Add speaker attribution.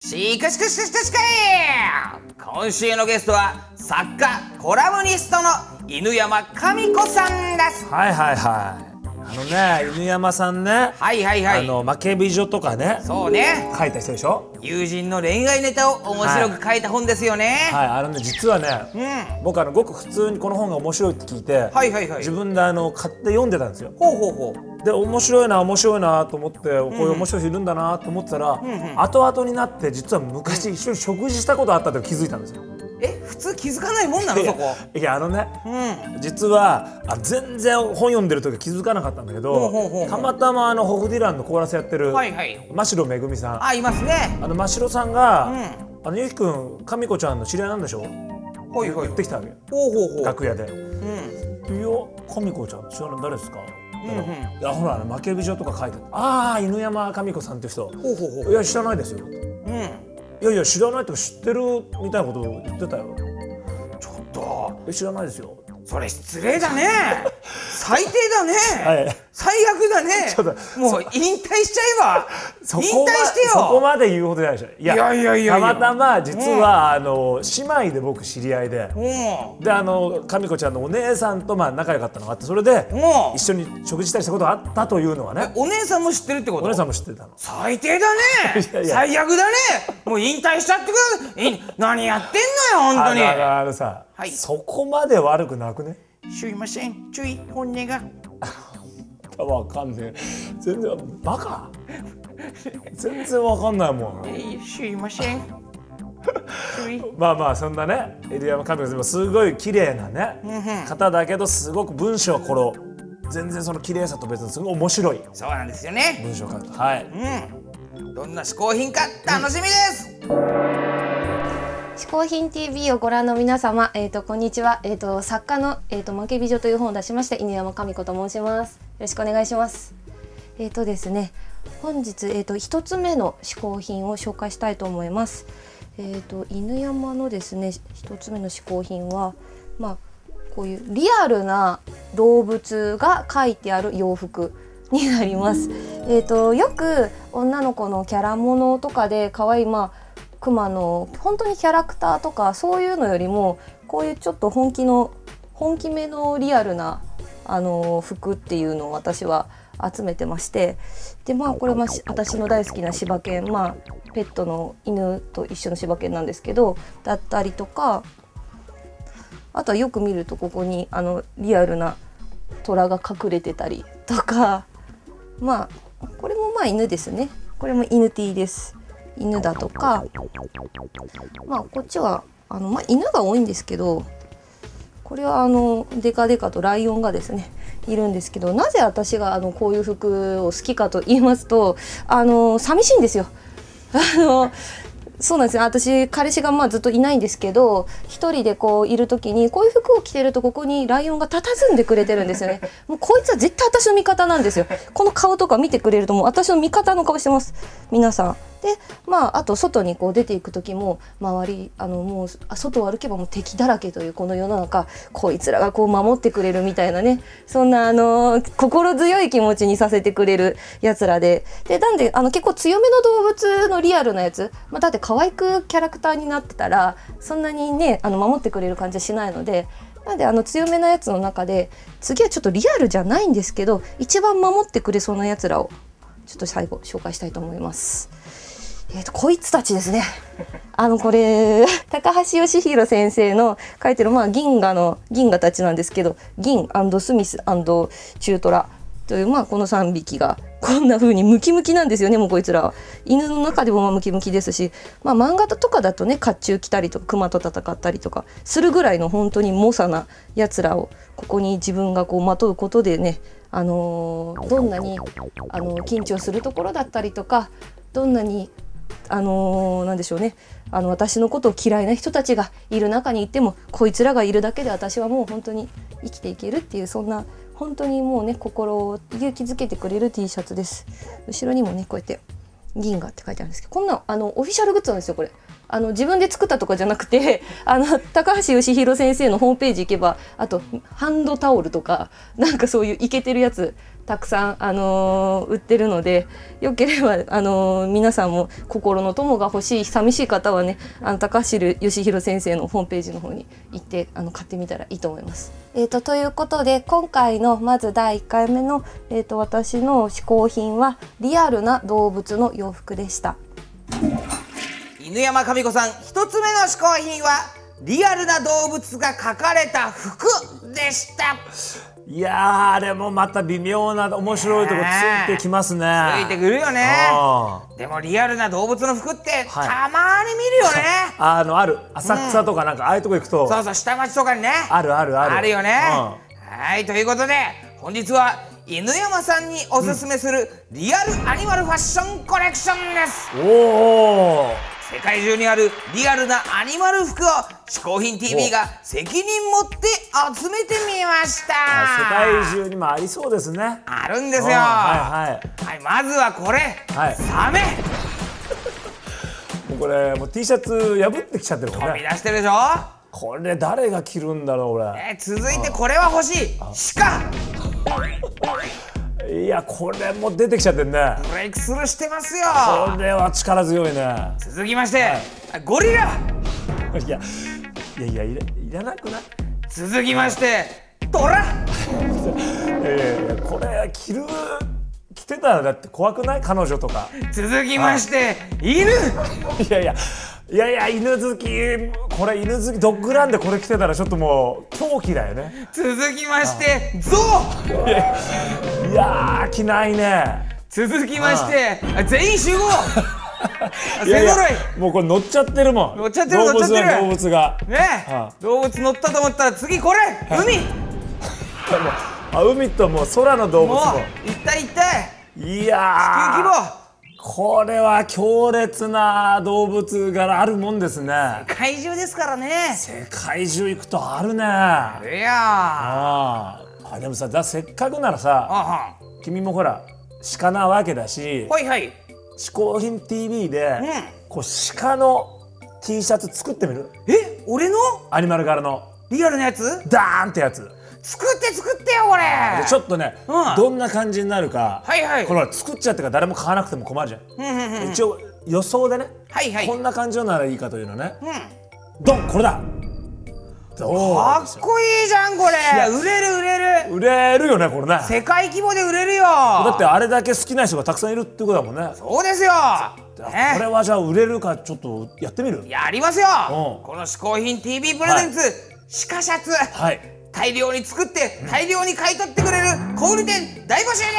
Speaker 1: しかしかしかしかしかい今週のゲストは作家コラムニストの犬山神子さんです
Speaker 2: はいはいはいあのね犬山さんね、
Speaker 1: はいはいは
Speaker 2: あ
Speaker 1: い
Speaker 2: の負け美女とかね
Speaker 1: そうね
Speaker 2: 書いた人でしょ
Speaker 1: 友人の恋愛ネタを面白く書いた本ですよね、
Speaker 2: はいあのね実はね
Speaker 1: うん
Speaker 2: 僕あのごく普通にこの本が面白いって聞いて、
Speaker 1: はいはいはい
Speaker 2: 自分であの買って読んでたんですよ
Speaker 1: ほうほうほう
Speaker 2: で面白いな面白いなと思ってこういう面白い人いるんだなと思ってたら、後々になって実は昔一緒に食事したことあったって気づいたんですよ。
Speaker 1: え普通気づかないもんなの
Speaker 2: いや
Speaker 1: そこ
Speaker 2: いやあのね
Speaker 1: うん
Speaker 2: 実はあ全然本読んでる時は気づかなかったんだけ
Speaker 1: ほう
Speaker 2: ど
Speaker 1: ほうほうほう
Speaker 2: たまたまあのホフディランのコーラスやってる、
Speaker 1: はいはい
Speaker 2: 真城めぐみさんあ
Speaker 1: あいますね
Speaker 2: の真城さんが、
Speaker 1: う
Speaker 2: あのゆきくんかみこちゃんの知り合いなんでしょ
Speaker 1: ほいほい
Speaker 2: 言ってきたわけよ
Speaker 1: ほうほうほう
Speaker 2: 楽屋で。
Speaker 1: うん
Speaker 2: いや、かみこちゃん、知らない、誰ですか。
Speaker 1: うんうん
Speaker 2: いや、ほら、あの負け美女とか書いてあるああ、犬山かみこさんって人。
Speaker 1: ほうほうほ
Speaker 2: いうや、知らないですよ。い
Speaker 1: うん
Speaker 2: やいや、知らないとか知ってるみたいなことを言ってたよ。
Speaker 1: ちょっと
Speaker 2: え知らないですよ。
Speaker 1: それ失礼だね最低だね、
Speaker 2: はい
Speaker 1: 最悪だね
Speaker 2: ちょっと
Speaker 1: もう引退しちゃえば
Speaker 2: そこ
Speaker 1: 引退
Speaker 2: ま
Speaker 1: してよ
Speaker 2: そこまで言うほどじゃないでしょ。い
Speaker 1: いやいやいやいや
Speaker 2: たまたま、実は、あの、姉妹で僕知り合いで。
Speaker 1: も
Speaker 2: であのかみこちゃんのお姉さんとまあ仲良かったのがあってそれで
Speaker 1: うん
Speaker 2: 一緒に食事したりしたことがあったというのはね
Speaker 1: うお姉さんも知ってるってこと
Speaker 2: お姉さんも知ってたの
Speaker 1: 最低だね
Speaker 2: いやいや
Speaker 1: 最悪だねもう引退しちゃってくだい何やってんのよ本当に
Speaker 2: あのあのあのさ、
Speaker 1: はい
Speaker 2: そこまで悪くなくね
Speaker 1: すいません注意本音が
Speaker 2: わかんねえ全然バカ全然わかんないもん
Speaker 1: いいすいません注意
Speaker 2: まあまあそんなねエリアム・カミコさんもすごい綺麗なね方だけどすごく文章この全然その綺麗さと別にすごい面白い
Speaker 1: そうなんですよね
Speaker 2: 文章を書いてはい
Speaker 1: うんどんな嗜好品か楽しみです、
Speaker 3: 嗜好品 TV をご覧の皆様、えっ、とこんにちは。えっ、と作家のえっ、と負け美女という本を出しました犬山神子と申します。よろしくお願いします。えっ、とですね、本日えっ、と一つ目の嗜好品を紹介したいと思います。えっ、と犬山のですね、一つ目の嗜好品はまあこういうリアルな動物が描いてある洋服になります。えっ、とよく女の子のキャラものとかで可愛いまあクマの本当にキャラクターとかそういうのよりもこういうちょっと本気の本気めのリアルなあの服っていうのを私は集めてましてでまあこれはし私の大好きな柴犬まあペットの犬と一緒の柴犬なんですけどだったりとかあとはよく見るとここにあのリアルな虎が隠れてたりとかまあこれもまあ犬ですねこれも犬 T です犬だとかまあこっちはあの、まあ、犬が多いんですけどこれはあのデカデカとライオンがですねいるんですけどなぜ私があのこういう服を好きかと言いますとあの寂しいんですよ。あのそうなんですよ私彼氏がまあずっといないんですけど一人でこういる時にこういう服を着てるとここにライオンが佇んでくれてるんですよねもうこいつは絶対私の味方なんですよこの顔とか見てくれるともう私の味方の顔してます皆さんでまああと外にこう出ていく時も周りあのもうあ外を歩けばもう敵だらけというこの世の中こいつらがこう守ってくれるみたいなねそんなあの心強い気持ちにさせてくれるやつらででなんであの結構強めの動物のリアルなやつ、まあ、だって可愛くキャラクターになってたらそんなにねあの守ってくれる感じはしないのでなんであの強めなやつの中で次はちょっとリアルじゃないんですけど一番守ってくれそうなやつらをちょっと最後紹介したいと思います。えー、とこいつたちですね。 あのこれ 高橋義弘先生の書いてる、まあ、銀河の銀河たちなんですけど銀スミスチュートラという、まあ、この3匹がこんな風にムキムキなんですよねもうこいつらは犬の中でもまあムキムキですし、まあ、漫画とかだとね甲冑着たりとか熊と戦ったりとかするぐらいの本当に猛者なやつらをここに自分がこうまとうことでねあのーどんなに、あのー緊張するところだったりとかどんなにあのーなんでしょうねあの私のことを嫌いな人たちがいる中にいてもこいつらがいるだけで私はもう本当に生きていけるっていうそんな本当にもうね心を勇気づけてくれる T シャツです後ろにもねこうやって銀河って書いてあるんですけどこんなあのオフィシャルグッズなんですよこれあの自分で作ったとかじゃなくて あの高橋義弘先生のホームページ行けばあとハンドタオルとかなんかそういうイケてるやつたくさん、あのー売ってるのでよければ、あのー皆さんも心の友が欲しい寂しい方はねあの高橋義弘先生のホームページの方に行ってあの買ってみたらいいと思います。えー、とということで今回のまず第1回目の、えー、と私の嗜好品はリアルな動物の洋服でした。
Speaker 1: 犬山神子さん一つ目の嗜好品はリアルな動物が描かれた服でした
Speaker 2: いやーあれもまた微妙な面白いとこついてきますね
Speaker 1: ついてくるよね
Speaker 2: あ
Speaker 1: でもリアルな動物の服って
Speaker 2: はい
Speaker 1: たまに見るよね、
Speaker 2: あのある浅草とかなんかああいうとこ行くと、
Speaker 1: そうそう下町とかにね
Speaker 2: あるあるある
Speaker 1: あるよね、
Speaker 2: う
Speaker 1: はいということで本日は犬山さんにおすすめするリアルアニマルファッションコレクションです、
Speaker 2: んおー
Speaker 1: 世界中にあるリアルなアニマル服を嗜好品 TV が責任持って集めてみました
Speaker 2: 世界中にもありそうですね
Speaker 1: あるんです
Speaker 2: うん
Speaker 1: よは
Speaker 2: はいはい
Speaker 1: い、まずはこれ、
Speaker 2: はい
Speaker 1: サメ
Speaker 2: もうこれもう T シャツ破ってきちゃってるもん
Speaker 1: 飛び
Speaker 2: ね
Speaker 1: 出してるでしょ、
Speaker 2: これ誰が着るんだろう俺
Speaker 1: えー続いてこれは欲しい鹿
Speaker 2: いやこれも出てきちゃってんね
Speaker 1: ブレイクスルーしてますよ
Speaker 2: これは力強いね
Speaker 1: 続きまして、ゴリラ
Speaker 2: いやいやいやいらいらなくない
Speaker 1: 続きましてトラ
Speaker 2: いやいやいやこれ着る着てたらだって怖くない彼女とか
Speaker 1: 続きまして犬
Speaker 2: いやいやいやいや犬好きこれ犬好きドッグランでこれ着てたらちょっともう狂気だよね
Speaker 1: 続きましてゾウ
Speaker 2: いやー着ないね
Speaker 1: 続きましてあ全員 集合あ
Speaker 2: いや
Speaker 1: 勢
Speaker 2: い
Speaker 1: ぞ
Speaker 2: や
Speaker 1: ろい
Speaker 2: もうこれ乗っちゃってるもん
Speaker 1: 乗っちゃってる乗っちゃってる
Speaker 2: 動物が動物が
Speaker 1: ねえ
Speaker 2: あ
Speaker 1: 動物乗ったと思ったら次これ海
Speaker 2: あ海ともう空の動物
Speaker 1: も
Speaker 2: も
Speaker 1: う一体一体
Speaker 2: いや
Speaker 1: 規
Speaker 2: ー
Speaker 1: 模
Speaker 2: これは強烈な動物があるもんですね
Speaker 1: 怪獣ですからね
Speaker 2: 世界中行くとあるねあ
Speaker 1: いやー
Speaker 2: ああでもさだせっかくなら
Speaker 1: あ
Speaker 2: さ
Speaker 1: はん
Speaker 2: 君もほら鹿なわけだし
Speaker 1: はいはい
Speaker 2: 「嗜好品 TV で」
Speaker 1: う
Speaker 2: こう鹿の T シャツ作ってみる
Speaker 1: え俺の
Speaker 2: アニマル柄の
Speaker 1: リアルなやつ
Speaker 2: ダーンってやつで
Speaker 1: 作って作ってよこれ
Speaker 2: ちょっとね、
Speaker 1: うん
Speaker 2: どんな感じになるか、
Speaker 1: はいはい
Speaker 2: これほら作っちゃってから誰も買わなくても困るじゃん、
Speaker 1: うんうんうん
Speaker 2: 一応予想でね、
Speaker 1: はいはい
Speaker 2: こんな感じのならいいかというのね
Speaker 1: うん
Speaker 2: ドンこれだど
Speaker 1: か
Speaker 2: うでし
Speaker 1: っ
Speaker 2: ょ
Speaker 1: こいいじゃんこれ売れる売れる
Speaker 2: う売れるよねこれね
Speaker 1: 世界規模で売れるよ
Speaker 2: だって
Speaker 1: だ
Speaker 2: あれだけ好きな人がたくさんいるってことだもんね
Speaker 1: そうですよ
Speaker 2: あこれ
Speaker 1: ね
Speaker 2: はじゃあ売れるかちょっとやってみる
Speaker 1: やりますよ
Speaker 2: うん
Speaker 1: この嗜好品 TV プレゼンツ鹿シャツ
Speaker 2: はい
Speaker 1: 大量に作って大量に買い取ってくれる小売店大募集で